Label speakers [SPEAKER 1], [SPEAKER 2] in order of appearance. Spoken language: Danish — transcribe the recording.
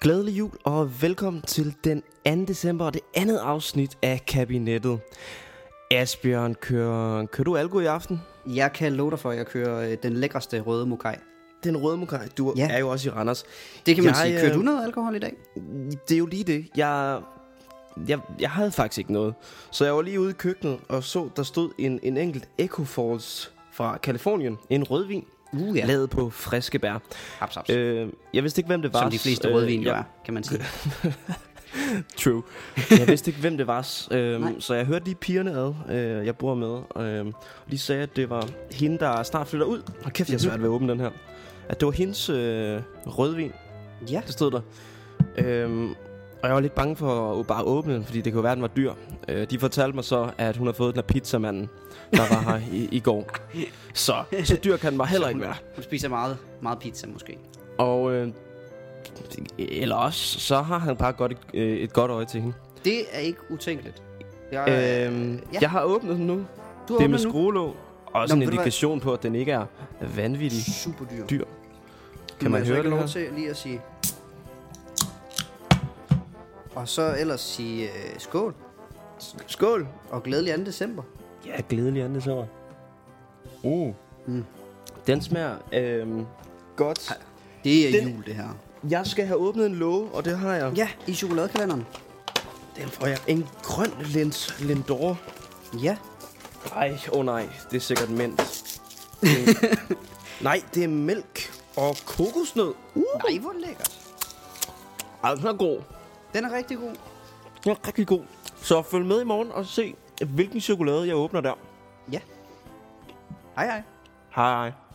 [SPEAKER 1] Glædelig jul og velkommen til den 2. december og det andet afsnit af Kabinettet. Asbjørn, kører, kører du algo i aften?
[SPEAKER 2] Jeg kan love dig for, at jeg kører øh, den lækreste røde mokai.
[SPEAKER 1] Den røde mokai, du ja.
[SPEAKER 2] Ja.
[SPEAKER 1] er jo også i Randers.
[SPEAKER 2] Det kan man
[SPEAKER 1] Jeg,
[SPEAKER 2] jeg, sige. Kører
[SPEAKER 1] øh,
[SPEAKER 2] du noget alkohol i dag?
[SPEAKER 1] Det er jo lige det. Jeg, jeg, jeg havde faktisk ikke noget. Så jeg var lige ude i køkkenet og så, der stod en, en enkelt Echo Falls fra Kalifornien. En rødvin,
[SPEAKER 2] Uh,
[SPEAKER 1] ja. lavet på friske bær.
[SPEAKER 2] Haps, haps. Øh,
[SPEAKER 1] Øh, jeg vidste ikke, hvem det var.
[SPEAKER 2] Som de fleste
[SPEAKER 1] Øh,
[SPEAKER 2] rødvin jo
[SPEAKER 1] jeg-
[SPEAKER 2] er, kan man sige.
[SPEAKER 1] True. Jeg vidste ikke, hvem det var,
[SPEAKER 2] Nej.
[SPEAKER 1] øhm, så jeg hørte lige pigerne ad, øh, jeg bor med. Øhm, og de sagde, at det var hende, der snart flytter ud. Og kæft, jeg har svært ved at åbne den her. At det var hendes øh, rødvin,
[SPEAKER 2] Ja.
[SPEAKER 1] det stod der. Øhm, og jeg var lidt bange for at bare åbne den, fordi det kunne være, at den var dyr. Øh, de fortalte mig så, at hun har fået den af pizzamanden, der var her i, i går. Så, så dyr kan den bare heller ikke være.
[SPEAKER 2] Hun spiser meget, meget pizza måske.
[SPEAKER 1] Og øh, eller også, så har han bare godt et, øh, et godt øje til hende.
[SPEAKER 2] Det er ikke utænkeligt. Jeg, øh,
[SPEAKER 1] Øhm, ja.
[SPEAKER 2] ja.
[SPEAKER 1] Jeg har åbnet den nu.
[SPEAKER 2] du
[SPEAKER 1] det er
[SPEAKER 2] har
[SPEAKER 1] med
[SPEAKER 2] med nu.
[SPEAKER 1] skruelåg. Også
[SPEAKER 2] Nå,
[SPEAKER 1] Nå, en
[SPEAKER 2] ved du hvad?
[SPEAKER 1] indikation på, at den ikke er vanvittig.
[SPEAKER 2] Super dyr.
[SPEAKER 1] dyr. Kan man høre det
[SPEAKER 2] lov
[SPEAKER 1] her?
[SPEAKER 2] til lige at sige... Og så ellers sige øh, skål. Skål. Og glædelig 2. december.
[SPEAKER 1] Ja, glædelig anden december. Uh.
[SPEAKER 2] Mm.
[SPEAKER 1] Den smager øhm, godt.
[SPEAKER 2] Det er
[SPEAKER 1] Den-
[SPEAKER 2] den... jul, det her.
[SPEAKER 1] Jeg skal have åbnet en låge, og det har jeg.
[SPEAKER 2] Ja, i chokoladekalenderen.
[SPEAKER 1] Den får jeg. En grøn lens, Lindor.
[SPEAKER 2] Ja.
[SPEAKER 1] Ej, åh oh nej, det er sikkert mint. Det- nej, det er mælk og kokosnød. Uh,
[SPEAKER 2] Nej, hvor lækkert.
[SPEAKER 1] ej, den er god.
[SPEAKER 2] Den er rigtig god.
[SPEAKER 1] Den er rigtig god. Så følg med i morgen og
[SPEAKER 2] Dạ.
[SPEAKER 1] se, hvilken chokolade jeg åbner der.
[SPEAKER 2] Ja. Hej hej.
[SPEAKER 1] Hej.